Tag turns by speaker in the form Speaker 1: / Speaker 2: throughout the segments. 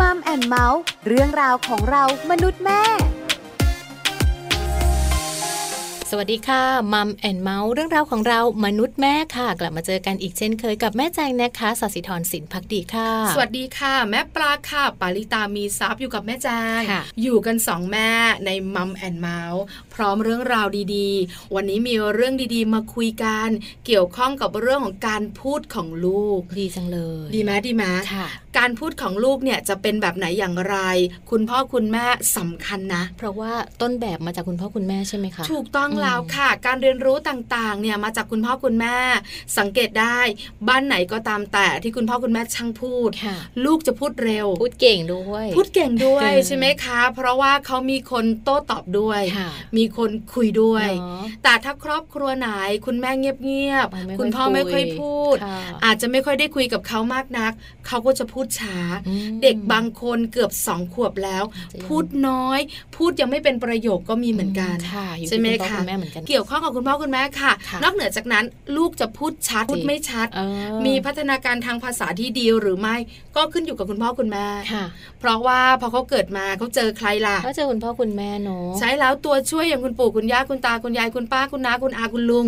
Speaker 1: มัมแอนเมาส์เรื่องราวของเรามนุษย์แม่
Speaker 2: สวัสดีค่ะมัมแอนเมาส์เรื่องราวของเรามนุษย์แม่ค่ะ กลับมาเจอกันอีกเช่นเคยกับแม่แจงนะคะสัสิธรสินพักดีค่ะ
Speaker 3: สวัสดีค่ะ แม่ปลาค่ะ ปาลิตามีซับอยู่กับแม่แจง
Speaker 2: ค่ะ
Speaker 3: อยู่กันสองแม่ในมัมแอนเมาส์พร้อมเรื่องราวดีๆ วันนี้มีเรื่องดีๆ มาคุยกัน เกี่ยวข้องกับเรื่องของการพูดของลูก
Speaker 2: ดีจังเลย
Speaker 3: ดีไหมดีไหม
Speaker 2: ค่ะ
Speaker 3: การพูดของลูกเนี่ยจะเป็นแบบไหนอย่างไร คุณพ่อคุณแม่สำคัญนะ
Speaker 2: เพราะว่าต้นแบบมาจากคุณพ่อคุณแม่ใช่ไหมคะ
Speaker 3: ถูกต้องแล้วค่ะ การเรียนรู้ต่างๆ เนี่ยมาจากคุณพ่อคุณแม่ สังเกตได้บ้านไหนก็ตามแต่ที่คุณพ่อคุณแม่ช่างพูด
Speaker 2: ค่ะ
Speaker 3: ลูกจะพูดเร็ว
Speaker 2: พูดเก่งด้วย
Speaker 3: พูดเก่งด้วย
Speaker 2: เออ
Speaker 3: ใช่ไหมคะ เพราะว่าเขามีคนโต้ตอบด้วย
Speaker 2: ค่ะ
Speaker 3: มีคนคุยด้วย
Speaker 2: เนาะ
Speaker 3: แต่ถ้าครอบครัวไหนคุณแม่เงียบ
Speaker 2: อ๋อไม่ค่อย
Speaker 3: ๆคุณพ่อไม่ค่อย
Speaker 2: คุย
Speaker 3: พูด
Speaker 2: ค่ะ
Speaker 3: อาจจะไม่ค่อยได้คุยกับเขามากนัก เขาก็จะพูดช้า
Speaker 2: อืม
Speaker 3: เด็กบางคนเกือบสองขวบแล้ว
Speaker 2: จะยัง
Speaker 3: พูดน้อย พูดยังไม่เป็นประโยคก็มีเหมือนกัน
Speaker 2: ค่ะอยู่
Speaker 3: ใช่ไหม
Speaker 2: ที่คุณพ่อคุณ
Speaker 3: คะ
Speaker 2: แม่เหมือนกัน
Speaker 3: เกี่ยวข้องกับคุณพ่อคุณแม่ค่ะ
Speaker 2: ค่ะ
Speaker 3: นอกเหนือจากนั้นลูกจะพูดชัดพูดไม่ชัด
Speaker 2: เออ
Speaker 3: มีพัฒนาการทางภาษาที่ดีหรือไม่ก็ขึ้นอยู่กับคุณพ่อคุณแม่
Speaker 2: ค่ะ
Speaker 3: เพราะว่าพอเขาเกิดมาเขาเจอใครล่ะ
Speaker 2: ก็เจอคุณพ่อคุณแม่เนาะ
Speaker 3: ใช้แล้วตัวช่วยอย่างคุณปู่คุณย่าคุณตาคุณยายคุณป้าคุณน้าคุณอาคุณลุง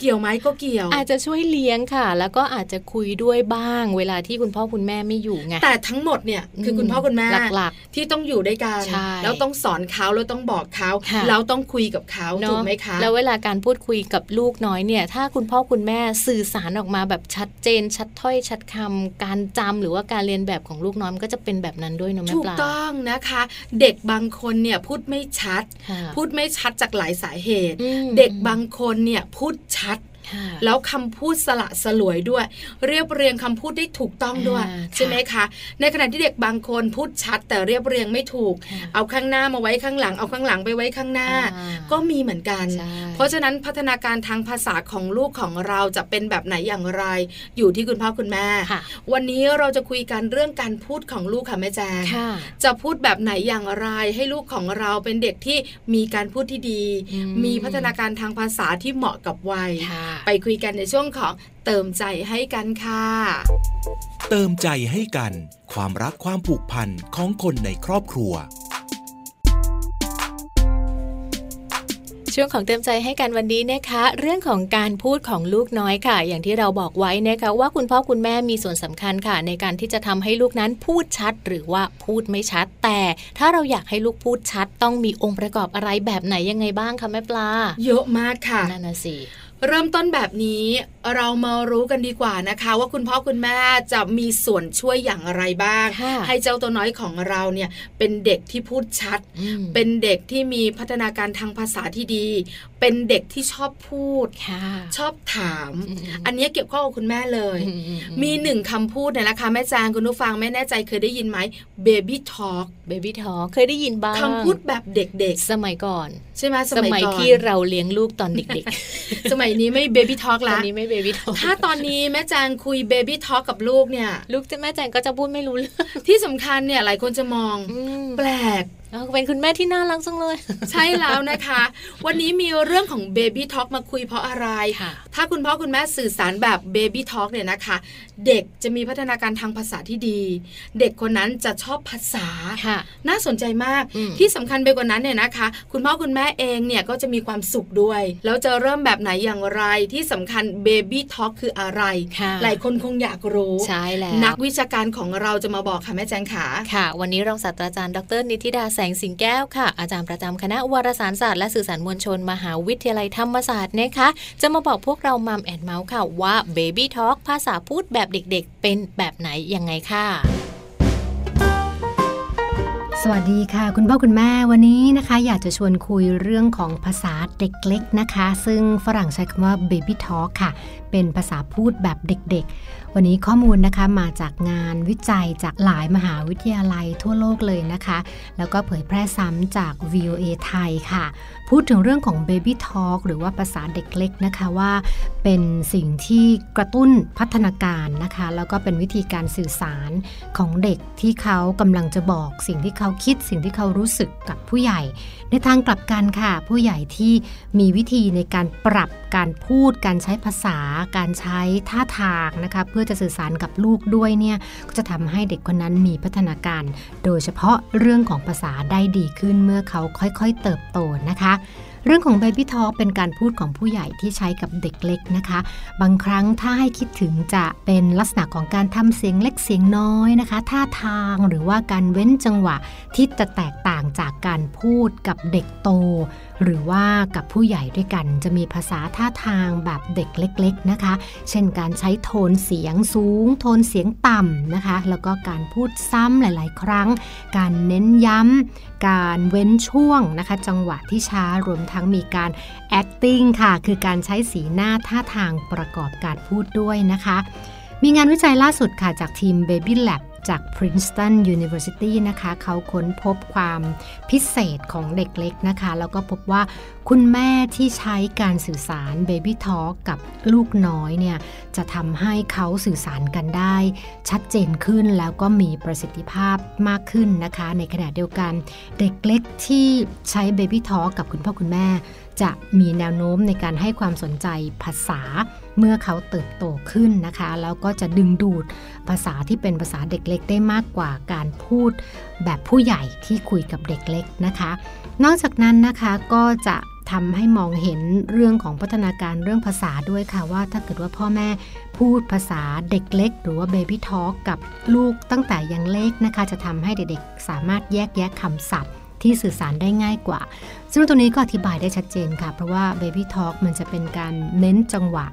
Speaker 3: เกี่ยวไหมก็เกี่ยว
Speaker 2: อาจจะช่วยเลี้ยงค่ะ แล้วก็อาจจะคุยด้วยบ้าง เวลาที่คุณพ่อคุณแม่ไม่อยู่ไง
Speaker 3: แต่ทั้งหมดเนี่ยคือคุณพ่อคุณแม่
Speaker 2: หลัก
Speaker 3: ที่ต้องอยู่ด้วยกัน
Speaker 2: ใช่
Speaker 3: แล้วต้องสอนเขาแล้วต้องบอกเขา
Speaker 2: ค่ะ
Speaker 3: แล้วต้องคุยกับเขา
Speaker 2: ๆเน
Speaker 3: ถูก
Speaker 2: อะ
Speaker 3: ไหมคะ
Speaker 2: แล้วเวลาการพูดคุยกับลูกน้อยเนี่ย ถ้าคุณพ่อคุณแม่สื่อสารออกมาแบบชัดเจน ชัดถ้อย ชัดคำการจำหรือว่าการเรียนแบบของลูกน้อยมันก็จะเป็นแบบนั้นด้วยเนอะแม่
Speaker 3: ถูก
Speaker 2: ปลา
Speaker 3: ต้องนะคะ เด็กบางคนเนี่ยพูดไม่ชัด
Speaker 2: ค่ะ
Speaker 3: พูดไม่ชัดจากหลายสาเหตุ
Speaker 2: อืม
Speaker 3: เด็กบางคนเนี่ยพูดชัด
Speaker 2: ค่ะ
Speaker 3: แล้วคำพูดสละสลวยด้วย เรียบเรียงคำพูดได้ถูกต้องด้วย
Speaker 2: อ่าค่ะ
Speaker 3: ใช่ไหมคะ ในขณะที่เด็กบางคนพูดชัด แต่เรียบเรียงไม่ถูก
Speaker 2: ค่ะ
Speaker 3: เอาข้างหน้ามาไว้ข้างหลังเอาข้างหลังไปไว้ข้างหน้า
Speaker 2: อ่า
Speaker 3: ก็มีเหมือนกัน
Speaker 2: ใช่
Speaker 3: เพราะฉะนั้นพัฒนาการทางภาษาของลูกของเราจะเป็นแบบไหนอย่างไร อยู่ที่คุณพ่อคุณแม่
Speaker 2: ค่ะ
Speaker 3: วันนี้เราจะคุยกันเรื่องการพูดของลูกค่ะแม่แจง
Speaker 2: ค่ะ
Speaker 3: จะพูดแบบไหนอย่างไรให้ลูกของเราเป็นเด็กที่มีการพูดที่ดี
Speaker 2: อืม
Speaker 3: มีพัฒนาการทางภาษาที่เหมาะกับวัย
Speaker 2: ค่ะ
Speaker 3: ไปคุยกันในช่วงของเติมใจให้กันค่ะ
Speaker 4: เติมใจให้กัน ความรักความผูกพันของคนในครอบครัว
Speaker 2: ช่วงของเติมใจให้กันวันนี้นะคะ เรื่องของการพูดของลูกน้อยค่ะ อย่างที่เราบอกไว้นะคะว่าคุณพ่อคุณแม่มีส่วนสำคัญค่ะ ในการที่จะทำให้ลูกนั้นพูดชัด หรือว่าพูดไม่ชัด แต่ถ้าเราอยากให้ลูกพูดชัด ต้องมีองค์ประกอบอะไรแบบไหนยังไงบ้างคะแม่ปลา
Speaker 3: เยอะมากค่ะ
Speaker 2: นั่นน่ะสิ
Speaker 3: เริ่มต้นแบบนี้เรามารู้กันดีกว่านะคะ ว่าคุณพ่อคุณแม่จะมีส่วนช่วยอย่างไรบ้าง
Speaker 2: ค่ะ
Speaker 3: ให้เจ้าตัวน้อยของเราเนี่ยเป็นเด็กที่พูดชัด
Speaker 2: อืม
Speaker 3: เป็นเด็กที่มีพัฒนาการทางภาษาที่ดี เป็นเด็กที่ชอบพูด
Speaker 2: ค่ะ
Speaker 3: ชอบถาม
Speaker 2: อืมอืม
Speaker 3: อันเนี้ยเกี่ยวข้องกับคุณแม่เลย
Speaker 2: อือื
Speaker 3: มีหนึ่งคำพูดเนี่ยนะคะแม่จางคุณผู้ฟังไม่แน่ใจเคยได้ยินไหม baby talk
Speaker 2: เบบี้ทอเคยได้ยินบ้าง
Speaker 3: คำพูดแบบเด็ก
Speaker 2: สมัยก่อน
Speaker 3: ๆ ใช่ไหมส
Speaker 2: ส
Speaker 3: มั
Speaker 2: มั
Speaker 3: ย
Speaker 2: ย
Speaker 3: ก่อน
Speaker 2: ที่เราเลี้ยงลูกตอนเด็ก
Speaker 3: สมัยนี้ไม่ baby talk
Speaker 2: ๆตอ
Speaker 3: ละ
Speaker 2: นนี้ไม่เบบี้ทอ
Speaker 3: ถ้าตอนนี้แม่จางคุย baby talk กับลูกเนี่ย
Speaker 2: ลูกจะแม่แจงก็จะพูดไม่รู้เรื่อง
Speaker 3: ที่สำคัญเนี่ยหลายคนจะมอง
Speaker 2: อืม
Speaker 3: แปลก
Speaker 2: เอาเป็นคุณแม่ที่น่ารักจังเลย
Speaker 3: ใช่แล้วนะคะ วันนี้มีเรื่องของ baby talk มาคุยเพราะอะไร
Speaker 2: ค่ะ
Speaker 3: ถ้าคุณพ่อคุณแม่สื่อสารแบบ Baby Talk เนี่ยนะคะ เด็กจะมีพัฒนาการทางภาษาที่ดี เด็กคนนั้นจะชอบภาษา
Speaker 2: ค่ะ
Speaker 3: น่าสนใจมาก
Speaker 2: อืม
Speaker 3: ที่สำคัญไปกว่านั้นเนี่ยนะคะ คุณพ่อคุณแม่เองเนี่ยก็จะมีความสุขด้วย แล้วจะเริ่มแบบไหนอย่างไร ที่สำคัญ Baby Talk คืออะไร
Speaker 2: ค่ะ
Speaker 3: หลายคนคงอยากรู้
Speaker 2: ใช่แล้ว
Speaker 3: นักวิชาการของเราจะมาบอกค่ะแม่แจงขา
Speaker 2: ค่ะ วันนี้รองศาสตราจารย์ดรนิติดาแสงสิงแก้วค่ะ อาจารย์ประจำคณะวารสารศาสตร์และสื่อสารมวลชน มหาวิทยาลัยธรรมศาสตร์นะคะ จะมาบอกพวกเรามัมแอนเมาส์ค่ะว่า Baby Talk ภาษาพูดแบบเด็กๆ เป็นแบบไหนยังไงค่ะ
Speaker 5: สวัสดีค่ะ คุณพ่อคุณแม่วันนี้นะคะ อยากจะชวนคุยเรื่องของภาษาเด็กเล็กนะคะ ซึ่งฝรั่งใช้คำว่า baby talk ค่ะ เป็นภาษาพูดแบบเด็กๆ วันนี้ข้อมูลนะคะมาจากงานวิจัยจากหลายมหาวิทยาลัยทั่วโลกเลยนะคะ แล้วก็เผยแพร่ซ้ำจาก VOA ไทยค่ะ พูดถึงเรื่องของ baby talk หรือว่าภาษาเด็กเล็กนะคะว่า เป็นสิ่งที่กระตุ้นพัฒนาการนะคะ แล้วก็เป็นวิธีการสื่อสาร ของเด็กที่เขากำลังจะบอกสิ่งที่เขา เขาคิดสิ่งที่เขารู้สึกกับผู้ใหญ่ ในทางกลับกันค่ะ ผู้ใหญ่ที่มีวิธีในการปรับการพูด การใช้ภาษา การใช้ท่าทางนะคะเพื่อจะสื่อสารกับลูกด้วยเนี่ยก็จะทำให้เด็กคนนั้นมีพัฒนาการ โดยเฉพาะเรื่องของภาษาได้ดีขึ้นเมื่อเขาค่อยๆ เติบโตนะคะ เรื่องของ Baby Talk เป็นการพูดของผู้ใหญ่ที่ใช้กับเด็กเล็กนะคะ บางครั้งถ้าให้คิดถึงจะเป็นลักษณะของการทำเสียงเล็กเสียงน้อยนะคะ ท่าทางหรือว่าการเว้นจังหวะที่จะแตกต่างจากการพูดกับเด็กโต หรือว่ากับผู้ใหญ่ด้วยกันจะมีภาษาท่าทางแบบเด็กเล็กๆนะคะ เช่นการใช้โทนเสียงสูง โทนเสียงต่ำนะคะ แล้วก็การพูดซ้ำหลายๆ ครั้ง การเน้นย้ำ การเว้นช่วงนะคะ จังหวะที่ช้ารวมทั้งมีการ acting ค่ะ คือการใช้สีหน้าท่าทางประกอบการพูดด้วยนะคะ มีงานวิจัยล่าสุดค่ะ จากทีม Baby Lab จาก Princeton University นะคะ เขาค้นพบความพิเศษของเด็กเล็กนะคะ แล้วก็พบว่าคุณแม่ที่ใช้การสื่อสาร Baby Talk กับลูกน้อยเนี่ย จะทำให้เขาสื่อสารกันได้ ชัดเจนขึ้นแล้วก็มีประสิทธิภาพมากขึ้นนะคะ ในขณะเดียวกัน เด็กเล็กที่ใช้ Baby Talk กับคุณพ่อคุณแม่ จะมีแนวโน้มในการให้ความสนใจภาษาเมื่อเขาเติบโตขึ้นนะคะ แล้วก็จะดึงดูดภาษาที่เป็นภาษาเด็กเล็กได้มากกว่าการพูดแบบผู้ใหญ่ที่คุยกับเด็กเล็กนะคะ นอกจากนั้นนะคะก็จะทำให้มองเห็นเรื่องของพัฒนาการเรื่องภาษาด้วยค่ะว่าถ้าเกิดว่าพ่อแม่พูดภาษาเด็กเล็ก หรือว่า Baby Talk กับลูกตั้งแต่ยังเล็กนะคะ จะทำให้เด็กๆ สามารถแยกแยะคำศัพท์ ที่สื่อสารได้ง่ายกว่า ซึ่งตรงนี้ก็อธิบายได้ชัดเจนค่ะ เพราะว่า Baby Talk มันจะเป็นการเน้นจังหวะ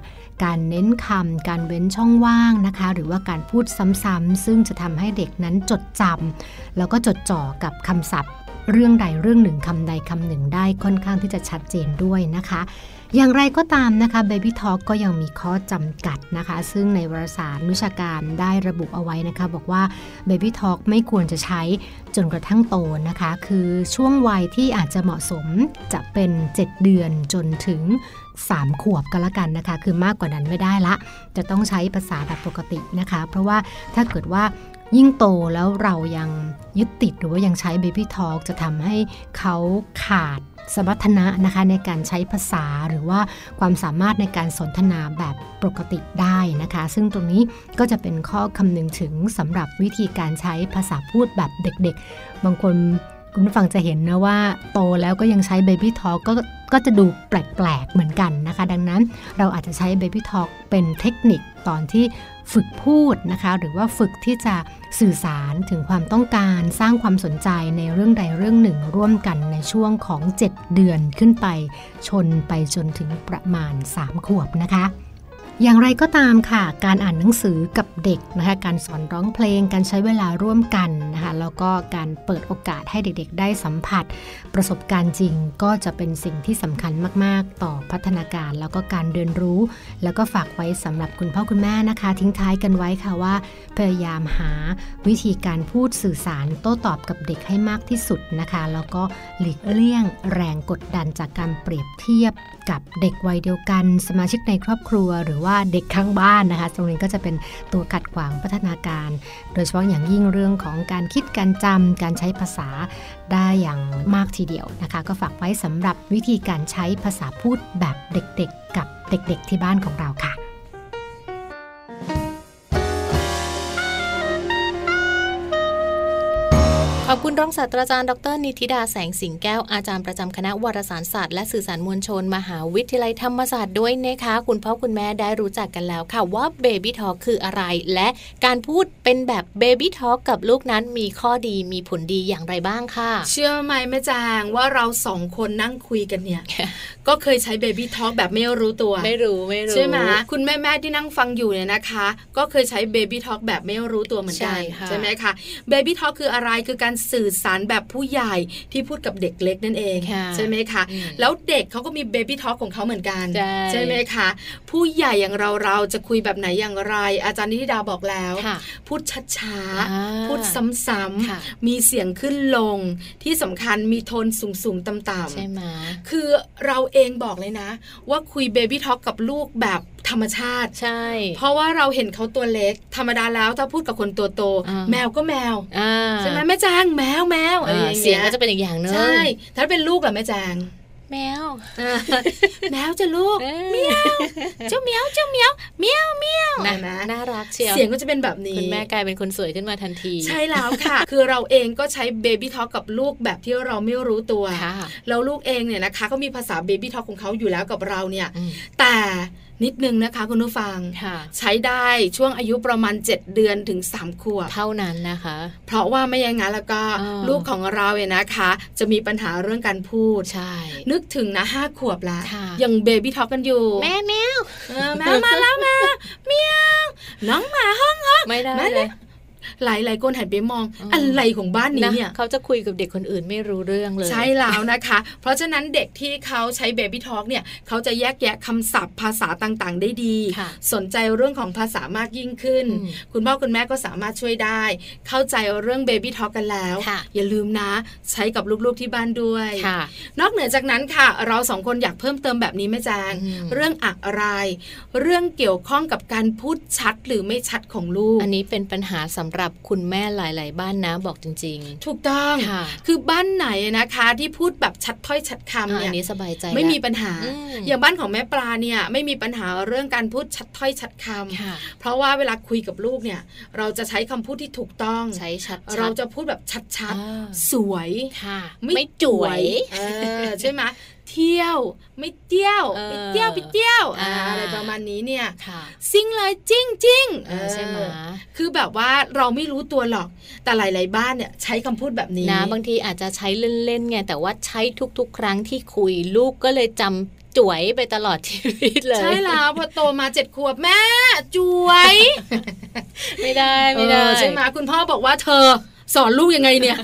Speaker 5: การเน้นคำ การเว้นช่องว่างนะคะ หรือว่าการพูดซ้ำๆซึ่งจะทำให้เด็กนั้นจดจำแล้วก็จดจ่อกับคำศัพท์ เรื่องใดเรื่องหนึ่งคำใดคำหนึ่งได้ค่อนข้างที่จะชัดเจนด้วยนะคะ อย่างไรก็ตามนะคะ Baby Talk ก็ยังมีข้อจำกัดนะคะ ซึ่งในวารสารวิชาการได้ระบุเอาไว้นะคะ บอกว่า Baby Talk ไม่ควรจะใช้จนกระทั่งโตนะคะ คือช่วงวัยที่อาจจะเหมาะสมจะเป็น 7 เดือนจนถึง 3 ขวบก็แล้วกันนะคะ คือมากกว่านั้นไม่ได้ละ จะต้องใช้ภาษาแบบปกตินะคะ เพราะว่าถ้าเกิดว่ายิ่งโตแล้วเรายังยึดติดหรือว่ายังใช้ Baby Talk จะทำให้เขาขาดสมรรถนะนะคะในการใช้ภาษาหรือว่าความสามารถในการสนทนาแบบปกติได้นะคะ ซึ่งตรงนี้ก็จะเป็นข้อคำนึงถึงสำหรับวิธีการใช้ภาษาพูดแบบเด็กๆ บางคนคุณผู้ฟังจะเห็นนะว่าโตแล้วก็ยังใช้ Baby Talk ก็ก็จะดูแปลกๆเหมือนกันนะคะ ดังนั้นเราอาจจะใช้ Baby Talk เป็นเทคนิคตอนที่ฝึกพูดนะคะ หรือว่าฝึกที่จะสื่อสารถึงความต้องการสร้างความสนใจในเรื่องใดเรื่องหนึ่งร่วมกันในช่วงของ 7 เดือนขึ้นไป ชนไปจนถึงประมาณ 3 ขวบนะคะ อย่างไรก็ตามค่ะ การอ่านหนังสือกับเด็กนะคะ การสอนร้องเพลง การใช้เวลาร่วมกันนะคะ แล้วก็การเปิดโอกาสให้เด็กๆ ได้สัมผัส ประสบการณ์จริงก็จะเป็นสิ่งที่สำคัญมาก ๆ ต่อพัฒนาการแล้วก็การเรียนรู้ แล้วก็ฝากไว้สำหรับคุณพ่อคุณแม่นะคะ ทิ้งท้ายกันไว้ค่ะว่า พยายามหาวิธีการพูดสื่อสารโต้ตอบกับเด็กให้มากที่สุดนะคะ แล้วก็หลีกเลี่ยงแรงกดดันจากการเปรียบเทียบกับเด็กวัยเดียวกัน สมาชิกในครอบครัว หรือว่าเด็กข้างบ้านนะคะ ตรงนี้ก็จะเป็นตัวขัดขวางพัฒนาการ โดยเฉพาะอย่างยิ่งเรื่องของการคิดการจำการใช้ภาษาได้อย่างมากทีเดียวนะคะ ก็ฝากไว้สำหรับวิธีการใช้ภาษาพูดแบบเด็กๆ กับเด็กๆที่บ้านของเราค่ะ
Speaker 2: ขอบคุณรองศาสตราจารย์ดรนิติดาแสงสิงแก้วอาจารย์ประจำคณะวารสารศาสตร์และสื่อสารมวลชน มหาวิทยาลัยธรรมศาสตร์ด้วยนะคะ คุณพ่อคุณแม่ได้รู้จักกันแล้วค่ะว่าเบบี้ทอคืออะไร และการพูดเป็นแบบเบบี้ทอกับลูกนั้นมีข้อดีมีผลดีอย่างไรบ้างค่ะ
Speaker 3: เชื่อไหมแม่จางว่าเราสองคนนั่งคุยกันเนี่ย ก็เคยใช้เบบี้ท a l k แบบไม่รู้ตัว
Speaker 2: ไม่รู้ไม่รู้
Speaker 3: ใช่ไหมคุณแม่แม่ๆที่นั่งฟังอยู่เนี่ยนะคะ ก็เคยใช้เบบี้ท a l k แบบไม่รู้ตัวเหมือนกั
Speaker 2: ใช่
Speaker 3: น
Speaker 2: ค่ะ
Speaker 3: ไหมคะเบบี้ท a l k คืออะไรคือการสื่อสารแบบผู้ใหญ่ที่พูดกับเด็กเล็กนั่นเอง
Speaker 2: ค่ะ
Speaker 3: ใช่ไหมคะ
Speaker 2: อืม
Speaker 3: แล้วเด็กเขาก็มีเบบี้ท a l k ของเขาเหมือนกัน
Speaker 2: ใช่
Speaker 3: ไหมคะผู้ใหญ่อย่างเราเราจะคุยแบบไหนอย่างไร อาจารย์นิติดาบอกแล้ว
Speaker 2: ค่ะ
Speaker 3: พูดช้า
Speaker 2: อ่า
Speaker 3: ๆพูดซ้
Speaker 2: ค่ะ
Speaker 3: ำๆมีเสียงขึ้นลงที่สำคัญมีโทนสูงๆต่ำๆ
Speaker 2: ใช่ไหม
Speaker 3: คือเราเองบอกเลยนะ ว่าคุยเบบี้ท็อกกับลูกแบบธรรมชาติ
Speaker 2: ใช่
Speaker 3: เพราะว่าเราเห็นเขาตัวเล็ก ธรรมดาแล้วถ้าพูดกับคนตัวโต
Speaker 2: อ่า
Speaker 3: แมวก็แมว
Speaker 2: อ่า
Speaker 3: ใช่ไหมแม่จาง แมวแมวอะไรอางงี้
Speaker 2: เสียงก็จะเป็นอีกอย่างนึง
Speaker 3: ใช่ถ้าเป็นลูกล่ะแม่แจง
Speaker 2: แมว
Speaker 3: อ่า แมวจะลูก
Speaker 2: เมียว
Speaker 3: เจ้าเหมียวเจ้าเหมียวเหมียวเหมียว
Speaker 2: นะ
Speaker 3: เห็ไหม
Speaker 2: น่ารักเชียว
Speaker 3: เสียงก็จะเป็นแบบนี้
Speaker 2: คุณแม่กลายเป็นคนสวยขึ้นมาทันที
Speaker 3: ใช่แล้ว ค่ะ คือเราเองก็ใช้เบบี้ท l k กับลูกแบบที่เราไม่รู้ตัว
Speaker 2: ค่ะ
Speaker 3: แล้วลูกเองเนี่ยนะคะ ก็มีภาษาเบบี้ท l k ของเขาอยู่แล้วกับเราเนี่ย
Speaker 2: อืม
Speaker 3: แต่นิดนึงนะคะคุณผู้ฟัง
Speaker 2: ค่ะ
Speaker 3: ใช้ได้ช่วงอายุประมาณ 7 เดือนถึง 3 ขวบ
Speaker 2: เท่านั้นนะคะ
Speaker 3: เพราะว่าไม่อย่างนั้นแล้วก็
Speaker 2: อ่า
Speaker 3: ลูกของเราเนี่ยนะคะ จะมีปัญหาเรื่องการพูด
Speaker 2: ใช่
Speaker 3: นึกถึงนะห้าขวบละ
Speaker 2: ค่ะ
Speaker 3: ยังเบบี้ท l k กันอยู่
Speaker 2: แม่แมว
Speaker 3: เออแม่มาแล้วแม่เมียวน้องหมาห้อง
Speaker 2: ไม่ได้
Speaker 3: แม่
Speaker 2: เล
Speaker 3: เนี่ย ย หลายหลายๆคนหันไปมอง
Speaker 2: อืม
Speaker 3: อะไรของบ้านนี้
Speaker 2: นะ
Speaker 3: เนี่ย
Speaker 2: เขาจะคุยกับเด็กคนอื่นไม่รู้เรื่องเลย
Speaker 3: ใช่แล้วนะคะ เพราะฉะนั้นเด็กที่เขาใช้เบบี้ท l k เนี่ยเขาจะแยกแยะคำศัพท์ภาษาต่างๆ ได้ดี
Speaker 2: ค่ะ
Speaker 3: สนใจเรื่องของภาษามากยิ่งขึ้น
Speaker 2: อืม
Speaker 3: คุณพ่อคุณแม่ก็สามารถช่วยได้ เข้าใจเรื่องเบบี้ท l k กันแล้ว
Speaker 2: ค่ะ
Speaker 3: อย่าลืมนะ ใช้กับลูกๆที่บ้านด้วย
Speaker 2: ค่ะ
Speaker 3: นอกเหนือจากนั้นค่ะ เราสองคนอยากเพิ่มเติมแบบนี้แม่แจง
Speaker 2: อืม
Speaker 3: เรื่องอะไร เรื่องเกี่ยวข้องกับการพูดชัดหรือไม่ชัดของลูก
Speaker 2: อันนี้เป็นปัญหาสำหรับคุณแม่หลาย ๆ บ้านนะบอกจริง
Speaker 3: ถูกต้อง
Speaker 2: ๆ ค่ะ
Speaker 3: คือบ้านไหนนะคะที่พูดแบบชัดถ้อยชัด
Speaker 2: อ่ะ
Speaker 3: คำ
Speaker 2: อั
Speaker 3: เนี่ย
Speaker 2: นนี้สบายใจ
Speaker 3: ไม่มี
Speaker 2: แล้ว
Speaker 3: ปัญหา
Speaker 2: อืม
Speaker 3: อย่างบ้านของแม่ปลาเนี่ยไม่มีปัญหาเรื่องการพูดชัดถ้อยชัดคำ
Speaker 2: ค่ะ
Speaker 3: เพราะว่าเวลาคุยกับลูกเนี่ย เราจะใช้คำพูดที่ถูกต้อง
Speaker 2: ใช้ชัดๆ
Speaker 3: เราจะพูดแบบชัด
Speaker 2: อ่า
Speaker 3: ๆ สวย
Speaker 2: ค่ะ
Speaker 3: ไม่จ๋วยเออใช่ไหมเที่ยว ไม่เที่ยว
Speaker 2: เออ
Speaker 3: ไปเที่ยวไปเที่ยวอ่า
Speaker 2: อ่า
Speaker 3: อะไรประมาณนี้เนี่ย
Speaker 2: ค่ะ
Speaker 3: ซิ่งเลยจริงจริงๆ
Speaker 2: เออใช่ไหม
Speaker 3: เออคือแบบว่าเราไม่รู้ตัวหรอก แต่หลาย ๆ บ้านเนี่ยใช้คำพูดแบบนี้
Speaker 2: นะบางทีอาจจะใช้เล่น ๆ ไง แต่ว่าใช้ทุก ๆ ครั้งที่คุยลูกก็เลยจำจ๋วยไปตลอดชีวิตเลย
Speaker 3: ใช่แล้วพอโตมาเจ็ดขวบแม่จวย
Speaker 2: ไม่ได้ไม่ได้
Speaker 3: เออใช่ไหมคุณพ่อบอกว่าเธอสอนลูกยังไงเนี่ย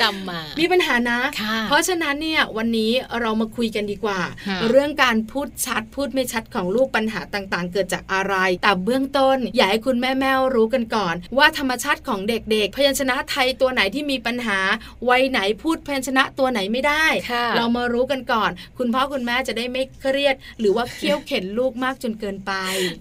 Speaker 2: จำมา
Speaker 3: มีปัญหานะ
Speaker 2: ค่ะ
Speaker 3: เพราะฉะนั้นเนี่ยวันนี้เรามาคุยกันดีกว่า
Speaker 2: ค่ะ
Speaker 3: เรื่องการพูดชัดพูดไม่ชัดของลูกปัญหาต่างๆ เกิดจากอะไร แต่เบื้องต้น อยากให้คุณแม่แม่ๆรู้กันก่อน ว่าธรรมชาติของเด็กๆ พยัญชนะไทยตัวไหนที่มีปัญหาวัยไหนพูดพยัญชนะตัวไหนไม่ได้
Speaker 2: ค่ะ
Speaker 3: เรามารู้กันก่อน คุณพ่อคุณแม่จะได้ไม่เครียด หรือว่าเคี่ยวเข็นลูกมากจนเกินไป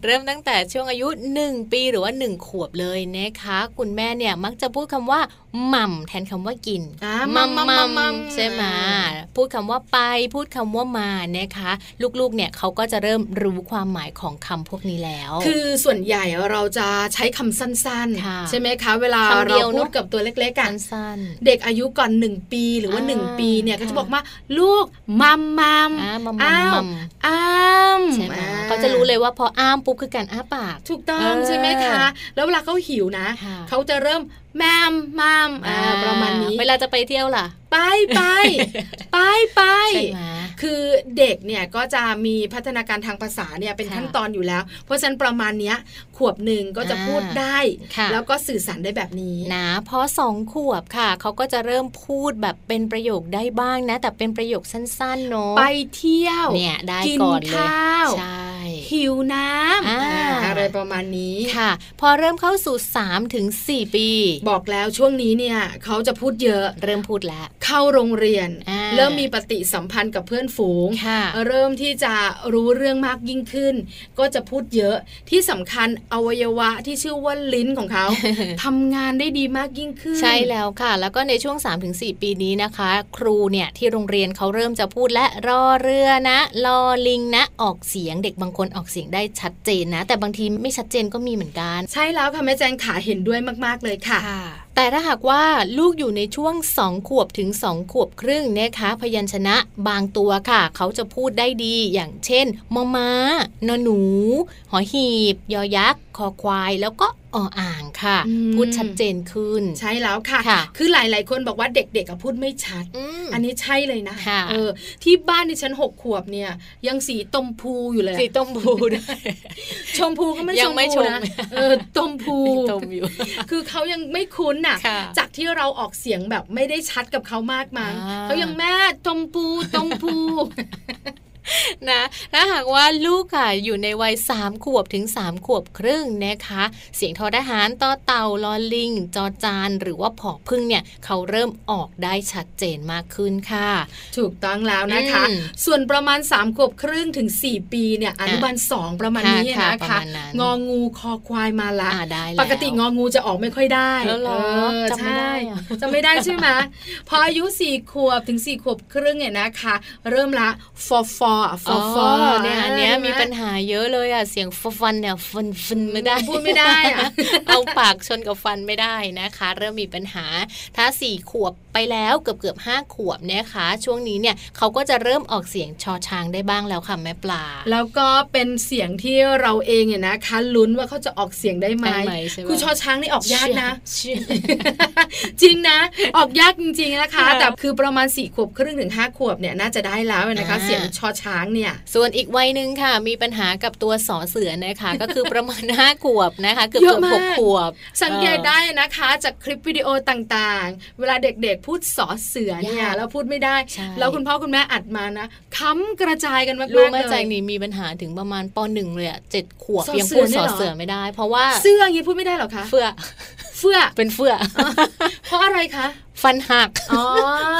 Speaker 2: เริ่มตั้งแต่ช่วงอายุ 1 ปีหรือว่า 1 ขวบเลยนะคะ คุณแม่เนี่ยมักจะพูดคำว่าหม่ำแทนคำว่ากิน
Speaker 3: อ่า
Speaker 2: ห
Speaker 3: หม่ำ
Speaker 2: ม่ำหม่
Speaker 3: หม่ำหม่ำ
Speaker 2: ำใช่ไหม
Speaker 3: อ่า
Speaker 2: พูดคำว่าไปพูดคำว่ามานะคะ ลูกๆเนี่ยเขาก็จะเริ่มรู้ความหมายของคำพวกนี้แล้ว
Speaker 3: คือส่วนใหญ่เราจะใช้คำสั้น
Speaker 2: ค่ะ
Speaker 3: ๆ ใช่ไหมคะ เวลา
Speaker 2: คำเดี
Speaker 3: เรา
Speaker 2: ยวเนอะ
Speaker 3: พูดกับตัวเล็กๆ
Speaker 2: กั
Speaker 3: กัน
Speaker 2: นสั้น
Speaker 3: เด็กอายุก่อน 1 ปีหรือว่า
Speaker 2: อ่า
Speaker 3: 1 ปีเนี่ยก็
Speaker 2: ค่ะ
Speaker 3: จะบอกว่าลูกมัมมัม
Speaker 2: ๆอ่ามัม
Speaker 3: อ้าว
Speaker 2: มัม
Speaker 3: อ้าม
Speaker 2: ใช่ไหม
Speaker 3: อ่
Speaker 2: เขาจะรู้เลยว่าพออ้ามปุ๊บคือการอ้าปาก
Speaker 3: ถูกต้อง
Speaker 2: เออ
Speaker 3: ใช่ไหมคะ แล้วเวลาเขาหิวนะ
Speaker 2: ค่ะ
Speaker 3: เขาจะเริ่มแมมมัมอ่าประมาณนี้
Speaker 2: เวลาจะไปเที่ยวล่ะ
Speaker 3: ไป ไปไปไป
Speaker 2: ใช่ไหม
Speaker 3: คือเด็กเนี่ยก็จะมีพัฒนาการทางภาษาเนี่ยเป็น
Speaker 2: ค่ะ
Speaker 3: ขั้นตอนอยู่แล้ว เพราะฉะนั้นประมาณเนี้ยขวบหนึ่งก็จะ
Speaker 2: อ่า
Speaker 3: พูดได้
Speaker 2: ค่ะ
Speaker 3: แล้วก็สื่อสารได้แบบนี้
Speaker 2: นะพอสองขวบค่ะ เขาก็จะเริ่มพูดแบบเป็นประโยคได้บ้างนะ แต่เป็นประโยคสั้นๆเนาะ
Speaker 3: ไปเที่ยว
Speaker 2: เนี่ยได้
Speaker 3: กิน
Speaker 2: ก่อนเลย
Speaker 3: ข้าว
Speaker 2: ใช่
Speaker 3: หิวน้ำ
Speaker 2: อ่า
Speaker 3: อ่าอะไรประมาณนี้
Speaker 2: ค่ะ พอเริ่มเข้าสู่3ถึง4ปี
Speaker 3: บอกแล้วช่วงนี้เนี่ยเขาจะพูดเยอะ
Speaker 2: เริ่มพูดแล้ว
Speaker 3: เข้าโรงเรียน
Speaker 2: อ่า
Speaker 3: เริ่มมีปฏิสัมพันธ์กับเพื่อนฝูง
Speaker 2: ค่ะ
Speaker 3: เริ่มที่จะรู้เรื่องมากยิ่งขึ้น ก็จะพูดเยอะที่สำคัญอวัยวะที่ชื่อว่าลิ้นของ เขา ทำงานได้ดีมากยิ่งขึ้น
Speaker 2: ใช่แล้วค่ะ แล้วก็ในช่วง 3-4 ปีนี้นะคะ ครูเนี่ยที่โรงเรียนเขาเริ่มจะพูดและรอเรือนะรอลิงนะออกเสียงเด็กบางคนออกเสียงได้ชัดเจนนะ แต่บางทีไม่ชัดเจนก็มีเหมือนกัน
Speaker 3: ใช่แล้วค่ะแม่แจงขาเห็นด้วยมากๆเลยค่ะ
Speaker 2: แต่ถ้าหากว่าลูกอยู่ในช่วง 2 ขวบถึง 2 ขวบครึ่งนะคะ พยัญชนะบางตัวค่ะ เขาจะพูดได้ดีอย่างเช่นมอม้านอหนู หอหีบ ยอยักษ์ คอควาย แล้วก็ออ่างค่ะ
Speaker 3: อืม
Speaker 2: พูดชัดเจนขึ้น
Speaker 3: ใช่แล้วค่ะ
Speaker 2: ค่ะ
Speaker 3: คือหลายๆ คนบอกว่าเด็กๆอะพูดไม่ชัด
Speaker 2: อืม
Speaker 3: อันนี้ใช่เลยนะ
Speaker 2: ค่ะ
Speaker 3: เออที่บ้านดิฉันหกขวบเนี่ย ยังสีตมพูอยู่เลยอะ
Speaker 2: สีต้มพูด้วย
Speaker 3: ชมพูก็ไม่
Speaker 2: ยั
Speaker 3: ช
Speaker 2: ง
Speaker 3: ม
Speaker 2: ไม่
Speaker 3: พู
Speaker 2: ช
Speaker 3: นะ
Speaker 2: ม
Speaker 3: เออตมพู
Speaker 2: สีต้มอยู่
Speaker 3: คือเขายังไม่คุ้นน่ะ
Speaker 2: ค่ะ
Speaker 3: จากที่เราออกเสียงแบบไม่ได้ชัดกับเขามากมั้ง
Speaker 2: อ่า
Speaker 3: เขายังแม่ตมพูตมพู
Speaker 2: นะถ้าหากว่าลูกค่ะอยู่ในวัย 3 ขวบถึง 3 ขวบครึ่งนะคะ เสียงทอทหารต่อเต่าลอลิง จอจาน หรือว่าผอพึ่งเนี่ย เขาเริ่มออกได้ชัดเจนมากขึ้นค่ะ
Speaker 3: ถูกต้องแล้วนะคะ
Speaker 2: อืม
Speaker 3: ส่วนประมาณ3ขวบครึ่งถึง 4 ปีเนี่ยอนุบาลสองประมาณนี้
Speaker 2: ค่ะ
Speaker 3: นะ
Speaker 2: ประ
Speaker 3: คะ
Speaker 2: มาณนั้น
Speaker 3: งองูคอควายมาละ
Speaker 2: อ่าได้แล้ว
Speaker 3: ปกติงองูจะออกไม่ค่อยได้
Speaker 2: แล้วเหรอ
Speaker 3: เออ
Speaker 2: จำไม่ได้อะ
Speaker 3: ใช่จำไม่ได้ใช่ไหม พออายุสี่ขวบถึงสี่ขวบครึ่งเนี่ยนะคะ เริ่มละฟอฟอฟ
Speaker 2: อ๋
Speaker 3: อ
Speaker 2: อ
Speaker 3: ฟอ
Speaker 2: เนี่ยอันเนี้ยมีปัญ
Speaker 3: หา
Speaker 2: หาเยอะเลยอ่ะ เสียงฟันเนี่ยฟันฟันไม่ได้
Speaker 3: พูดไม่ได้อะ
Speaker 2: เอาปากชนกับฟันไม่ได้นะคะ เริ่มมีปัญหา ถ้าสี่ขวบไปแล้วเกือบเกือบห้าขวบนะคะ ช่วงนี้เนี่ยเขาก็จะเริ่มออกเสียงชอช้างได้บ้างแล้วค่ะแม่ปลา
Speaker 3: แล้วก็เป็นเสียงที่เราเองเนี่ยนะคะลุ้นว่าเขาจะออกเสียงได้ไหม
Speaker 2: ได้ไหมใช่ไหม
Speaker 3: คือชอช้างนี่ออกยากนะ
Speaker 2: เชี่ย
Speaker 3: จริงนะ ออกยากจริงๆนะคะ
Speaker 2: ค่ะ
Speaker 3: แต่คือประมาณ4ี่ขวบครึ่งถึง5ขวบเนี่ยน่าจะได้แล้วนะคะ
Speaker 2: อ่า
Speaker 3: เสียงชอช้างเนี่ย
Speaker 2: ส่วนอีกวัยหนึ่งค่ะ มีปัญหากับตัวสอเสือนะคะ ก็คือประมาณ 5 ขวบนะคะ เกือบ
Speaker 3: เย
Speaker 2: เกือ
Speaker 3: อะ
Speaker 2: บ
Speaker 3: มาก
Speaker 2: หกขวบ
Speaker 3: สังเกตได้นะคะ จากคลิปวิดีโอต่างๆ เวลาเด็กๆพูดสอเสือเนี่ย
Speaker 2: ยาก
Speaker 3: แล้วพูดไม่ได้
Speaker 2: ใช่
Speaker 3: แล้วคุณพ่อคุณแม่อัดมานะค้ำกระจายกันมากๆ
Speaker 2: รู้ไหม
Speaker 3: เล
Speaker 2: ใจ
Speaker 3: ย
Speaker 2: นี่มีปัญหาถึงประมาณปหนึ่งเลยอะเจ็ดขวบ
Speaker 3: สอเสือ
Speaker 2: ยังพูดส
Speaker 3: เนี่
Speaker 2: อ
Speaker 3: ยเหรอ
Speaker 2: เสือไม่ได้ เพราะว่า
Speaker 3: เสื้ออย่างนี้พูดไม่ได้เหรอคะ
Speaker 2: เฟื่อ
Speaker 3: เสื้อ
Speaker 2: เป็นเฟื่ อ
Speaker 3: เพราะอะไรคะ
Speaker 2: ฟันหัก
Speaker 3: อ๋อ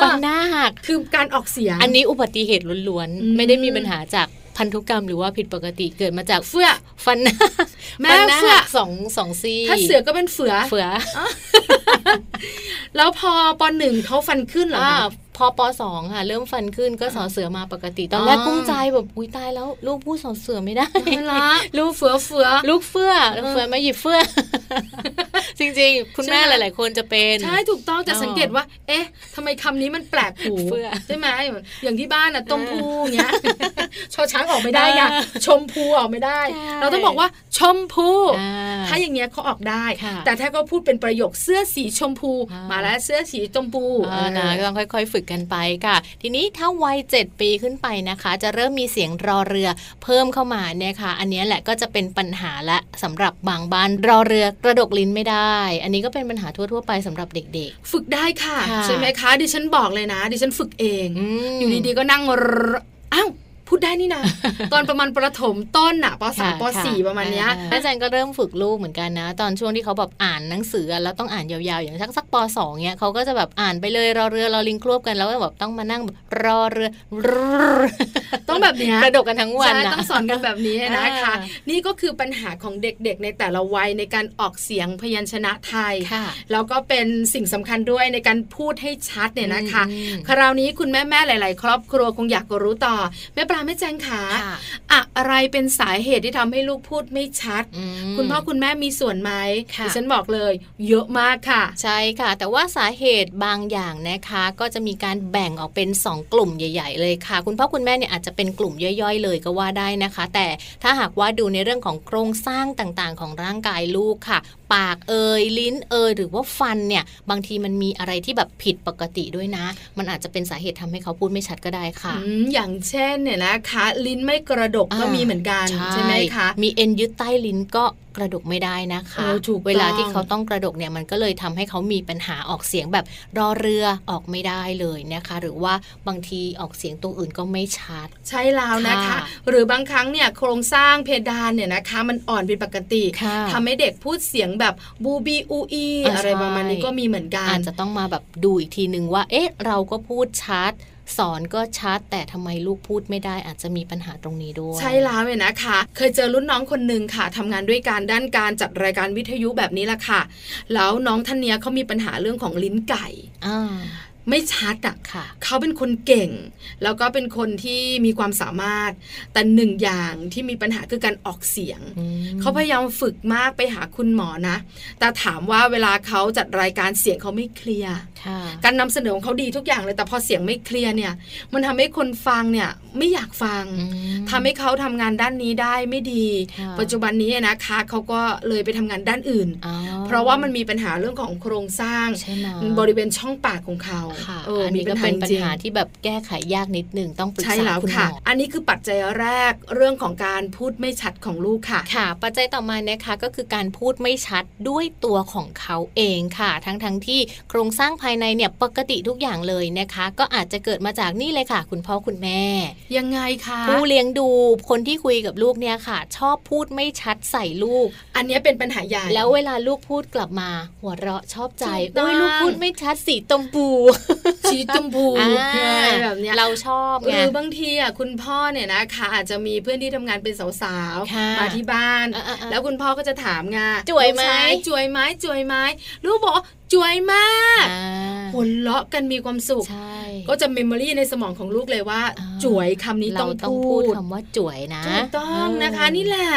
Speaker 2: ฟันหน้าหัก
Speaker 3: คือการออกเสียง
Speaker 2: อันนี้อุบัติเหตุล้วน
Speaker 3: อืม
Speaker 2: ๆ ไม่ได้มีปัญหาจากพันธุกรรมหรือว่าผิดปกติเกิดมาจาก
Speaker 3: เฟื่อ
Speaker 2: ฟันหน้า
Speaker 3: แม่
Speaker 2: ฟันหน้า
Speaker 3: เฟื่อ
Speaker 2: หักสองสองซี่
Speaker 3: ถ้าเสือก็เป็นเฟือ
Speaker 2: เฟื่อ
Speaker 3: แล้วพอปหนึ่งเขาฟันขึ้นเหรอ
Speaker 2: อ่า
Speaker 3: คะ
Speaker 2: พอปสองค่ะ เริ่มฟันขึ้นก็สอเสือมาปกติ ตอนแรก
Speaker 3: อ๋อ
Speaker 2: กุ้มใจแบบอุ้ยตายแล้ว ลูกพูดสอเสือไม่ได้
Speaker 3: ไม่ละรูเฟือเฟือ
Speaker 2: ลูกเฟื่อลูกเฟื่อมาหยิบเฟื่อ จริงๆ คุณแม่
Speaker 3: ใช่
Speaker 2: ห
Speaker 3: ไหม
Speaker 2: ลายๆ คนจะเป็น
Speaker 3: ใช่ถูกต้องแต่
Speaker 2: อ๋อ
Speaker 3: สังเกตว่า เอ๊ะทำไมคำนี้มันแปลกหู
Speaker 2: เฟื่อ
Speaker 3: ใช่ไหมอย่างที่บ้านอะต้มพูอย่างเงี้ย ชอช้างออกไม่ได้ไง
Speaker 2: อ่า
Speaker 3: ชมพูออกไม่ได้
Speaker 2: ใช่
Speaker 3: เราต้องบอกว่า ชมพู
Speaker 2: อ่า
Speaker 3: ถ้าอย่างเงี้ยเขาออกได้
Speaker 2: ค่ะ
Speaker 3: แต่ถ้าเขาพูดเป็นประโยคเสื้อสีชมพู
Speaker 2: อ่าม
Speaker 3: มาแล้วเสื้อสีชมพู
Speaker 2: อ่านะ
Speaker 3: เอ
Speaker 2: ก็
Speaker 3: อ
Speaker 2: ต้องค่อย ๆ ฝึกกันไปค่ะ ทีนี้ถ้าวัย7ปีขึ้นไปนะคะ จะเริ่มมีเสียงรอเรือเพิ่มเข้ามาเนี่ยค่ะ อันเนี้ยแหละก็จะเป็นปัญหาละสำหรับบางบ้านรอเรือกระดกลิ้นไม่ได้ อันนี้ก็เป็นปัญหาทั่ว ๆ ไปสำหรับเด็ก
Speaker 3: ฝึกได้ค่ะ
Speaker 2: ค่ะ
Speaker 3: ใช่ไหมคะ ดิฉันบอกเลยนะ ดิฉันฝึกเอง
Speaker 2: ๆม
Speaker 3: อยู่ดีๆก็นั่งรออ้าวพูดได้นี่นะ ตอนประมาณประถมต้นน่ะปสาม
Speaker 2: ค่ะ
Speaker 3: ปสี่
Speaker 2: ค่
Speaker 3: ประมาณเนี้ย
Speaker 2: อ่อาจารย์ก็เริ่มฝึกลูกเหมือนกันนะ ตอนช่วงที่เขาแบบอ่านหนังสือแล้วต้องอ่านยาวๆ อย่างสักสักปสองเนี้ยเขาก็จะแบบอ่านไปเลยรอเรือรอลิงควบกันแล้วก็แบบต้องมานั่งแบบ รอเรือ
Speaker 3: ต้องแบบเนี้ย
Speaker 2: กระดกกันทั้งวัน
Speaker 3: ใช่
Speaker 2: นะ
Speaker 3: ต้องสอนกันแบบนี้นะคะ
Speaker 2: อ่
Speaker 3: นี่ก็คือปัญหาของเด็กๆ ในแต่ละวัยในการออกเสียงพยัญชนะไทย
Speaker 2: ค่ะ
Speaker 3: แล้วก็เป็นสิ่งสำคัญด้วยในการพูดให้ชัดเนี่ยนะคะ
Speaker 2: อืม
Speaker 3: คราวนี้คุณแม่ๆหลาย ๆ ครอบครัวคงอยากรู้ต่อ แม่ปลาแม่แจงขา
Speaker 2: ค่ะ
Speaker 3: อะไรเป็นสาเหตุที่ทำให้ลูกพูดไม่ชัด
Speaker 2: อืม
Speaker 3: คุณพ่อคุณแม่มีส่วนไหม
Speaker 2: ค่ะ
Speaker 3: ดิฉันบอกเลย เยอะมากค่ะ
Speaker 2: ใช่ค่ะ แต่ว่าสาเหตุบางอย่างนะคะ ก็จะมีการแบ่งออกเป็น 2 กลุ่มใหญ่ ๆ เลยค่ะ คุณพ่อคุณแม่เนี่ยอาจจะเป็นกลุ่มย่อยๆ เลยก็ว่าได้นะคะ แต่ถ้าหากว่าดูในเรื่องของโครงสร้างต่างๆ ของร่างกายลูกค่ะ ปากเอยลิ้นเอยหรือว่าฟันเนี่ยบางทีมันมีอะไรที่แบบผิดปกติด้วยนะ มันอาจจะเป็นสาเหตุทำให้เขาพูดไม่ชัดก็ได้ค่ะ
Speaker 3: อืมอย่างเช่นเนี่ยนะคะ ลิ้นไม่กระดกก็
Speaker 2: อ่ามี
Speaker 3: มีเหมือนกันใช่ไหมคะ
Speaker 2: มีเอ็นยึดใต้ลิ้นก็กระดกไม่ได้นะคะ
Speaker 3: เออถูกต้อง
Speaker 2: เวลาที่เขาต้องกระดกเนี่ยมันก็เลยทำให้เขามีปัญหาออกเสียงแบบรอเรือออกไม่ได้เลยนะคะ หรือว่าบางทีออกเสียงตัวอื่นก็ไม่ชัด
Speaker 3: ใช่แล้วนะคะ
Speaker 2: ค่ะ
Speaker 3: หรือบางครั้งเนี่ยโครงสร้างเพดานเนี่ยนะคะ มันอ่อนผิดปกติ
Speaker 2: ค่ะ
Speaker 3: ทำให้เด็กพูดเสียงแบบบูบีอูอี
Speaker 2: อ่า
Speaker 3: อะไร
Speaker 2: ใช่
Speaker 3: ประมาณนี้ก็มีเหมือนกัน
Speaker 2: อาจจะต้องมาแบบดูอีกทีนึงว่า เอ๊ะ เราก็พูดชัด สอนก็ชัด แต่ทำไมลูกพูดไม่ได้ อาจจะมีปัญหาตรงนี้ด้วย
Speaker 3: ใช่แล้วเนี่ยนะคะ เคยเจอรุ่นน้องคนหนึ่งค่ะทำงานด้วยการด้านการจัดรายการวิทยุแบบนี้ละค่ะ แล้วน้องท่านเนี้ยเขามีปัญหาเรื่องของลิ้นไก่
Speaker 2: อ่า
Speaker 3: ไม่ชัดอ่ะ
Speaker 2: ค่ะ
Speaker 3: เขาเป็นคนเก่ง แล้วก็เป็นคนที่มีความสามารถ แต่หนึ่งอย่างที่มีปัญหาคือการออกเสียง
Speaker 2: อืม
Speaker 3: เขาพยายามฝึกมากไปหาคุณหมอนะ แต่ถามว่าเวลาเขาจัดรายการเสียงเขาไม่เคลียร์
Speaker 2: ค่ะ
Speaker 3: การนำเสนอของเขาดีทุกอย่างเลย แต่พอเสียงไม่เคลียร์เนี่ย มันทำให้คนฟังเนี่ยไม่อยากฟัง
Speaker 2: อืม
Speaker 3: ทำให้เขาทำงานด้านนี้ได้ไม่ดี
Speaker 2: ค่ะ
Speaker 3: ปัจจุบันนี้นะคะเขาก็เลยไปทำงานด้านอื่น
Speaker 2: อ๋อ
Speaker 3: เพราะว่ามันมีปัญหาเรื่องของโครงสร้าง
Speaker 2: ใช่ไหม
Speaker 3: บริเวณช่องปากของเขา
Speaker 2: ค่ะ
Speaker 3: เออ
Speaker 2: อัน
Speaker 3: มี
Speaker 2: นี้
Speaker 3: ปั
Speaker 2: ก็
Speaker 3: ญหา
Speaker 2: เป็นปัญ
Speaker 3: จริง
Speaker 2: หาที่แบบแก้ไขยากนิดหนึ่งต้องปรึก
Speaker 3: ใช่
Speaker 2: ษา
Speaker 3: แล้ว
Speaker 2: คุณหม
Speaker 3: ค่ะ
Speaker 2: อ
Speaker 3: อันนี้คือปัจจัยแรกเรื่องของการพูดไม่ชัดของลูกค่ะ
Speaker 2: ค่ะ ปัจจัยต่อมานะคะก็คือการพูดไม่ชัดด้วยตัวของเขาเองค่ะ ทั้งทั้งๆที่โครงสร้างภาย ายในเนี่ยปกติทุกอย่างเลยนะคะ ก็อาจจะเกิดมาจากนี่เลยค่ะ คุณพ่อคุณแม่
Speaker 3: ยังไงคะ
Speaker 2: ผู้เลี้ยงดูคนที่คุยกับลูกเนี่ยค่ะ ชอบพูดไม่ชัดใส่ลูก
Speaker 3: อันเนี้ยเป็นปัญหาใหญ่
Speaker 2: แล้วเวลาลูกพูดกลับมา หัวเราะชอบใจ
Speaker 3: ถูกต้อง
Speaker 2: โอ้ยลูกพูดไม่ชัดสีตมปู
Speaker 3: ชีจมพู
Speaker 2: อ่า
Speaker 3: อะไรแบบเนี้ย
Speaker 2: เราชอบ
Speaker 3: ห
Speaker 2: ไง
Speaker 3: รือบางทีอ่ะคุณพ่อเนี่ยนะคะอาจจะมีเพื่อนที่ทำงานเป็นสาว
Speaker 2: ค่ะ
Speaker 3: มาที่บ้าน
Speaker 2: อ่ะๆๆ
Speaker 3: แล้วคุณพ่อก็จะถามไง
Speaker 2: จ่วยไหม
Speaker 3: ลูกชาจ่วยไหมจ่วยไหมลูกบอกว่าจ่วยมาก
Speaker 2: อ่า
Speaker 3: หัวเราะกันมีความสุข
Speaker 2: ใช่
Speaker 3: ก็จะเมมโมรีในสมองของลูกเลยว่า
Speaker 2: อ่า
Speaker 3: จ่วยคำนี้
Speaker 2: เรา
Speaker 3: ต้อง
Speaker 2: ต้อง
Speaker 3: พู
Speaker 2: พูด
Speaker 3: ด
Speaker 2: คำว่าจ่วยนะ
Speaker 3: ถูกต้องนะคะ
Speaker 2: เออ
Speaker 3: นี่แหละ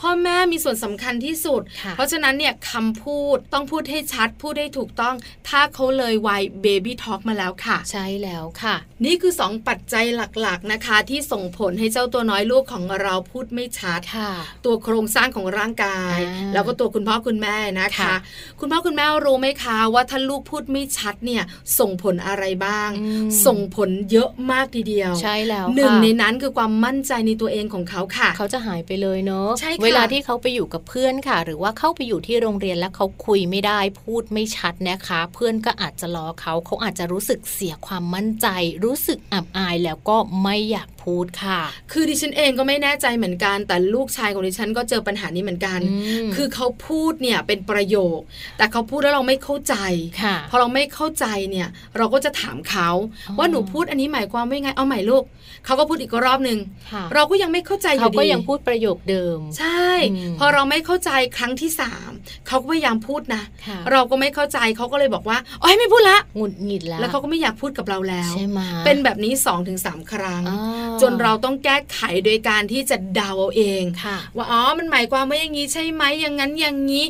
Speaker 3: พ่อแม่มีส่วนสำคัญที่สุด
Speaker 2: ค่ะ
Speaker 3: เพราะฉะนั้นเนี่ยคำพูดต้องพูดให้ชัด พูดให้ถูกต้อง ถ้าเขาเลยวัยเบบี้ทอ k มาแล้วค่ะ
Speaker 2: ใช่แล้วค่ะ
Speaker 3: นี่คือ 2 ปัจจัยหลักๆนะคะ ที่ส่งผลให้เจ้าตัวน้อยลูกของเราพูดไม่ชัด
Speaker 2: ค่ะ
Speaker 3: ตัวโครงสร้างของร่างกาย
Speaker 2: อ่า
Speaker 3: แล้วก็ตัวคุณพ่อคุณแม่นะคะ
Speaker 2: ค่ะ
Speaker 3: คุณพ่อคุณแม่รู้ไหมคะว่าถ้าลูกพูดไม่ชัดเนี่ยส่งผลอะไรบ้าง
Speaker 2: อืม
Speaker 3: ส่งผลเยอะมากทีเดียว
Speaker 2: ใช่แล้ว
Speaker 3: หนึ่ง
Speaker 2: ค่ะ
Speaker 3: ในนั้นคือความมั่นใจในตัวเองของเขาค่ะ
Speaker 2: เขาจะหายไปเลยเนอะ
Speaker 3: ใช่ค่ะ
Speaker 2: เวลาที่เขาไปอยู่กับเพื่อนค่ะ หรือว่าเข้าไปอยู่ที่โรงเรียนแล้วเขาคุยไม่ได้พูดไม่ชัดนะคะ เพื่อนก็อาจจะล้อเขาเขาอาจจะรู้สึกเสียความมั่นใจ รู้สึกอับอายแล้วก็ไม่อยากพูดค่ะ
Speaker 3: คือดิฉันเองก็ไม่แน่ใจเหมือนกัน แต่ลูกชายของดิฉันก็เจอปัญหานี้เหมือนกัน
Speaker 2: ม
Speaker 3: คือเขาพูดเนี่ยเป็นประโยค แต่เขาพูดแล้วเราไม่เข้าใจ
Speaker 2: ค่ะ
Speaker 3: พอเราไม่เข้าใจเนี่ยเราก็จะถามเขา
Speaker 2: อ๋อ
Speaker 3: ว่าหนูพูดอันนี้หมายความว่ายังไงเอาใหม่ลูกเขาก็พูดอีกรอบหนึ่ง
Speaker 2: ค่ะ
Speaker 3: เราก็ยังไม่เข้าใจอ
Speaker 2: เขา
Speaker 3: ยู่ดี
Speaker 2: ก็ยังพูดประโยคเดิม
Speaker 3: ใช่
Speaker 2: อืม
Speaker 3: พอเราไม่เข้าใจครั้งที่สามเขาก็พยายามพูดนะ
Speaker 2: ค่ะ
Speaker 3: เราก็ไม่เข้าใจเขาก็เลยบอกว่าโอ้ยไม่พูดละ
Speaker 2: หงุดหงิดแล้ว
Speaker 3: แล้วเขาก็ไม่อยากพูดกับเราแล้ว
Speaker 2: ใช่ไหม
Speaker 3: เป็นแบบนี้2อถึงสครั้ง
Speaker 2: อ่า
Speaker 3: จนเราต้องแก้ไขโดยการที่จะเดาเอาเอง
Speaker 2: ค่ะ
Speaker 3: ว่าอ๋อมันหมายความว่าอย่างนี้ใช่ไหมอย่างนั้นอย่างนี้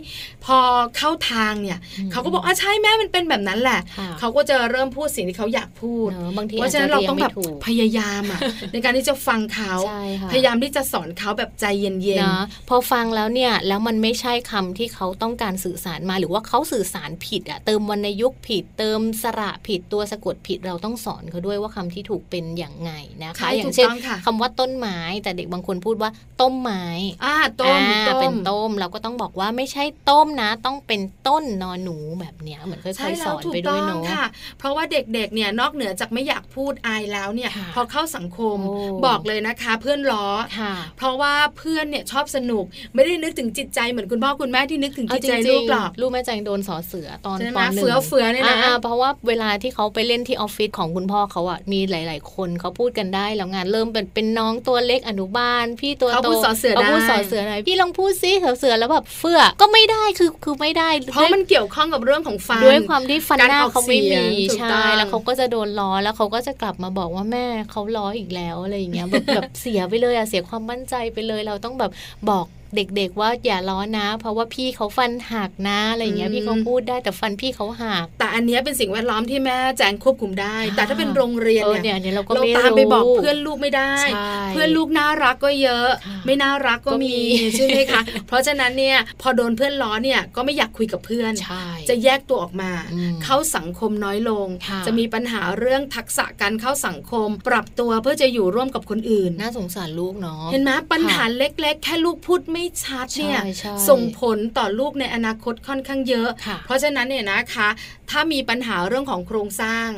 Speaker 3: พอเข้าทางเนี่ย
Speaker 2: อืม
Speaker 3: เขาก็บอกอ่ะใช่แม่มันเป็นแบบนั้นแหละ
Speaker 2: ค่ะ
Speaker 3: เขาก็จะเริ่มพูดสิ่งที่เขาอยากพูด
Speaker 2: เนอะบางที
Speaker 3: เพ
Speaker 2: อา
Speaker 3: ราะ
Speaker 2: จ
Speaker 3: ฉะ
Speaker 2: จะ
Speaker 3: นั้นเรา
Speaker 2: เรียง
Speaker 3: ต้องแบ
Speaker 2: ไม่
Speaker 3: บ
Speaker 2: ถูก
Speaker 3: พยายามอะ ในการที่จะฟังเขา
Speaker 2: ใช่ค่ะ
Speaker 3: พยายามที่จะสอนเขาแบบใจเย็น
Speaker 2: นะพอฟังแล้วเนี่ยแล้วมันไม่ใช่คำที่เขาต้องการสื่อสารมาหรือว่าเขาสื่อสารผิดอะเติมวรรณยุกต์ผิด เติมสระผิดตัวสะกดผิดเราต้องสอนเขาด้วยว่าคำที่ถูกเป็นอย่างไงนะคะ
Speaker 3: ใช่
Speaker 2: อย่างเช่น
Speaker 3: ถูกต้องค่ะ
Speaker 2: คำว่าต้นไม้ แต่เด็กบางคนพูดว่าต้มไม้
Speaker 3: ๆอ่าต้ม
Speaker 2: อ่า
Speaker 3: ต้
Speaker 2: เป็
Speaker 3: ม
Speaker 2: นต้มเราก็ต้องบอกว่าไม่ใช่ต้มนะ ต้องเป็นต้นนอนหนูแบบเนี้ยเหมือนค่
Speaker 3: ใช่
Speaker 2: อยๆส
Speaker 3: แล้
Speaker 2: อ
Speaker 3: วน ถูก
Speaker 2: ไปด้
Speaker 3: ต้
Speaker 2: ว
Speaker 3: อย ง
Speaker 2: เนาะ
Speaker 3: ค่ะ เพราะว่าเด็กๆ เนี่ยนอกเหนือจากไม่อยากพูดอายแล้วเนี่ย
Speaker 2: ค่ะ
Speaker 3: พอเข้าสังคม
Speaker 2: โอ้
Speaker 3: บอกเลยนะคะ เพื่อนล้อ
Speaker 2: ค่ะ
Speaker 3: เพราะว่าเพื่อนเนี่ยชอบสนุก ไม่ได้นึกถึงจิตใจเหมือนคุณพ่อคุณแม่ที่นึกถึง
Speaker 2: เอา
Speaker 3: จิต
Speaker 2: จ
Speaker 3: ใจ
Speaker 2: ริง
Speaker 3: ลูกหรอก
Speaker 2: ๆลูกแม่แจงโดนสอเสือตอน
Speaker 3: ใช่ไหม
Speaker 2: ปหนึ่ง
Speaker 3: เฟือเฟือเนี่ยนะ
Speaker 2: อ่าๆเพราะว่าเวลาที่เขาไปเล่นที่ออฟฟิศของคุณพ่อเขาอะมีหลาย ๆ คนเขาพูดกันได้แล้วงานเริ่มเป็นเป็นน้องตัวเล็กอนุบาล พี่ตัวโต
Speaker 3: เขาพูดสอเสือ
Speaker 2: เขาพูด
Speaker 3: ได้
Speaker 2: สอเสือหน่อยพี่ลองพูดซิเสือเสือแล้วแบบเฟือก็ไม่ได้คือคือไม่ได้
Speaker 3: เพราะมันเกี่ยวข้องกับเรื่องของฟัน
Speaker 2: ด้วยความที่ฟัน
Speaker 3: การ
Speaker 2: หน้า
Speaker 3: ออก
Speaker 2: เขาไม่มี
Speaker 3: เสียงถูก
Speaker 2: ใช่
Speaker 3: ต้อง
Speaker 2: แล้วเขาก็จะโดนล้อแล้วเขาก็จะกลับมาบอกว่าแม่เขาล้ออีกแล้วอะไรอย่างเงี้ยแบบ แบบเสียไปเลยอะเสียความมั่นใจไปเลย เราต้องแบบบอกเด็ก ๆ ว่าอย่าล้อนะ เพราะว่าพี่เขาฟันหักนะอะไรอย่างเงี้ยพี่เขาพูดได้แต่ฟันพี่เขาหัก
Speaker 3: แต่อันเนี้ยเป็นสิ่งแวดล้อมที่แม่แจงควบคุมได้
Speaker 2: อ่า
Speaker 3: แต่ถ้าเป็นโรงเรียน
Speaker 2: เออ
Speaker 3: เนี่
Speaker 2: เนี่ย
Speaker 3: ย
Speaker 2: อันนี้เราก็
Speaker 3: เรา
Speaker 2: ไม่
Speaker 3: ตามไปบอกเพื่อนลูกไม่ได้
Speaker 2: ใช่
Speaker 3: เพื่อนลูกน่ารักก็เยอะ
Speaker 2: ค่ะ
Speaker 3: ไม่น่ารักก็
Speaker 2: ก็มี
Speaker 3: มีใช่ไหมคะ เพราะฉะนั้นเนี่ยพอโดนเพื่อนล้อเนี่ยก็ไม่อยากคุยกับเพื่อน
Speaker 2: ใช่
Speaker 3: จะแยกตัวออกมา
Speaker 2: อืม
Speaker 3: เข้าสังคมน้อยลง
Speaker 2: ค่ะ
Speaker 3: จะมีปัญหาเรื่องทักษะการเข้าสังคม ปรับตัวเพื่อจะอยู่ร่วมกับคนอื่น
Speaker 2: น่าสงสารลูกเนาะ
Speaker 3: เห็นไหมปัญหาเล็กๆ แค่ลูกพูดไม่ชัดเนี่ย
Speaker 2: ใช่ใช่
Speaker 3: ส่งผลต่อลูกในอนาคตค่อนข้างเยอะ
Speaker 2: ค่ะ
Speaker 3: เพราะฉะนั้นเนี่ยนะคะ ถ้ามีปัญหาเรื่องของโครงสร้าง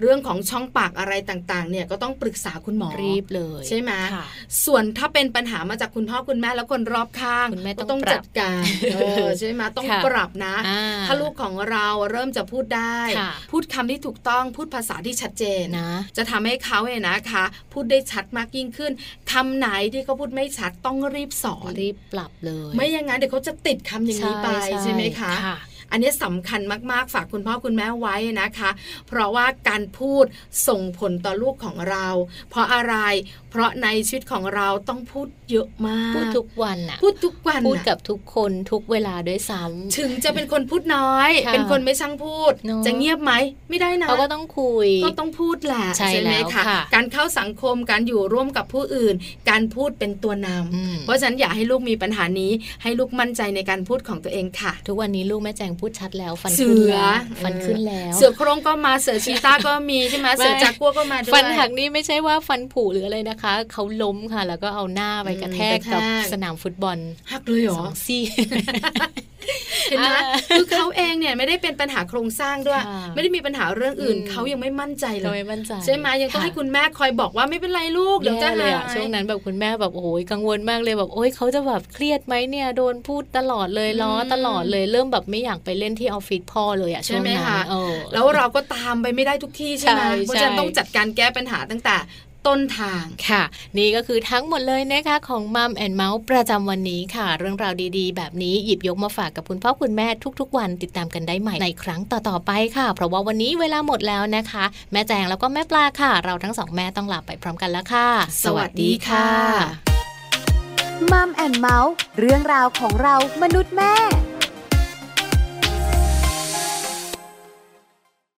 Speaker 3: เรื่องของช่องปากอะไรต่างๆ เนี่ยก็ต้องปรึกษาคุณหมอ
Speaker 2: รีบเลย
Speaker 3: ใช่ไหม
Speaker 2: ค่ะ
Speaker 3: ส่วนถ้าเป็นปัญหามาจากคุณพ่อคุณแม่และคนรอบข้าง
Speaker 2: คุณแม่ต้อง
Speaker 3: ก็ต้อง
Speaker 2: ปรับ
Speaker 3: จัด การเออใช่ไหมต้อง
Speaker 2: ค่ะ
Speaker 3: ปรับนะ
Speaker 2: อ่
Speaker 3: ถ้าลูกของเราเริ่มจะพูดได้
Speaker 2: ค่ะ
Speaker 3: พูดคำที่ถูกต้องพูดภาษาที่ชัดเจน
Speaker 2: นะ
Speaker 3: จะทำให้เขาเนี่ยนะคะ พูดได้ชัดมากยิ่งขึ้นคำไหนที่เขาพูดไม่ชัดต้องรีบสอน
Speaker 2: รีบปรับเลย
Speaker 3: ไม่อย่างนั้นเดี๋ยวเขาจะติดคำอย่างนี้ไปใช่ไหมคะ
Speaker 2: ค่ะ
Speaker 3: อันนี้สำคัญมากๆ ฝากคุณพ่อคุณแม่ไว้นะคะ เพราะว่าการพูดส่งผลต่อลูกของเรา เพราะอะไร เพราะในชีวิตของเราต้องพูดเยอะมาก
Speaker 2: พูดทุกวันอะ
Speaker 3: พูดทุกวัน
Speaker 2: พูด
Speaker 3: น่ะ
Speaker 2: กับทุกคนทุกเวลาด้วยซ้
Speaker 3: ถึงจะเป็นคนพูดน้อย
Speaker 2: ค่ะ
Speaker 3: เป็นคนไม่ช่างพูด
Speaker 2: เนอะ
Speaker 3: จะเงียบไหมไม่ได้
Speaker 2: ำ
Speaker 3: นะ
Speaker 2: เขาก็ต้องคุย
Speaker 3: ก็ต้องพูดแหละ
Speaker 2: ใช่
Speaker 3: ไหม
Speaker 2: แล้ว
Speaker 3: คะ
Speaker 2: ค่ะ
Speaker 3: การเข้าสังคมการอยู่ร่วมกับผู้อื่น การพูดเป็นตัวนำ
Speaker 2: อืม
Speaker 3: เพราะฉะนั้นอย่าให้ลูกมีปัญหานี้ ให้ลูกมั่นใจในการพูดของตัวเองค่ะ
Speaker 2: ทุกวันนี้ลูกแม่แจง พูดชัดแล้วฟัน
Speaker 3: เสื
Speaker 2: ขึ้น
Speaker 3: อ
Speaker 2: แล้ว
Speaker 3: เออ
Speaker 2: ฟันขึ้นแล้ว
Speaker 3: เสือโครงก็มาเสือชีต้าก็มีใช่ไหม
Speaker 2: ไม่
Speaker 3: เสือจากัวก็มาด้วย
Speaker 2: ฟันหักนี่ไม่ใช่ว่าฟันผุหรืออะไรนะคะ เขาล้มค่ะ แล้วก็เอาหน้าไปกระแทก
Speaker 3: อืมกระแทก
Speaker 2: กับสนามฟุตบอล
Speaker 3: หักเลยเหร
Speaker 2: ส
Speaker 3: อ
Speaker 2: องซี่
Speaker 3: เห็นไหม
Speaker 2: อ่า
Speaker 3: คือเขาเองเนี่ยไม่ได้เป็นปัญหาโครงสร้างด้วย
Speaker 2: ค่ะ
Speaker 3: ไม่ได้มีปัญหาเรื่องอื่น
Speaker 2: อืม
Speaker 3: เขายังไม่มั่นใจเล
Speaker 2: เรา
Speaker 3: ย
Speaker 2: ไม่มั่นใจ
Speaker 3: ใช่ไหมยังต้อง
Speaker 2: ะ
Speaker 3: ให้คุณแม่คอยบอกว่าไม่เป็นไรลูกเดี๋ยวจะ
Speaker 2: แเล
Speaker 3: หาย ย
Speaker 2: อะช่วงนั้นแบบคุณแม่แบบโอ้ยกังวลมากเลยแบบโอ้ยเขาจะแบบเครียดไหมเนี่ยโดนพูดตลอดเลยล้อตลอดเลยเริ่มแบบไม่อยากไปเล่นที่ออฟฟิศพ่อเลยอะช่
Speaker 3: ใช่
Speaker 2: วง
Speaker 3: ไหม
Speaker 2: นั้น
Speaker 3: คะ
Speaker 2: เออ
Speaker 3: แล้วเราก็ตามไปไม่ได้ทุกที่ใช่ไหม
Speaker 2: ใช่
Speaker 3: เพราะฉะนั้น
Speaker 2: ใช่
Speaker 3: ต้องจัดการแก้ปัญหาตั้งแต่ต้นทาง
Speaker 2: ค่ะ นี่ก็คือทั้งหมดเลยนะคะของมัมแอนเมาส์ประจำวันนี้ค่ะ เรื่องราวดีๆ แบบนี้หยิบยกมาฝากกับคุณพ่อคุณแม่ทุกๆ วันติดตามกันได้ใหม่ในครั้งต่อๆไปค่ะ เพราะว่าวันนี้เวลาหมดแล้วนะคะ แม่แจงแล้วก็แม่ปลาค่ะ เราทั้งสองแม่ต้องลาไปพร้อมกันแล้วค่ะ
Speaker 1: มัมแอนเมาส์เรื่องราวของเรามนุษย์แม่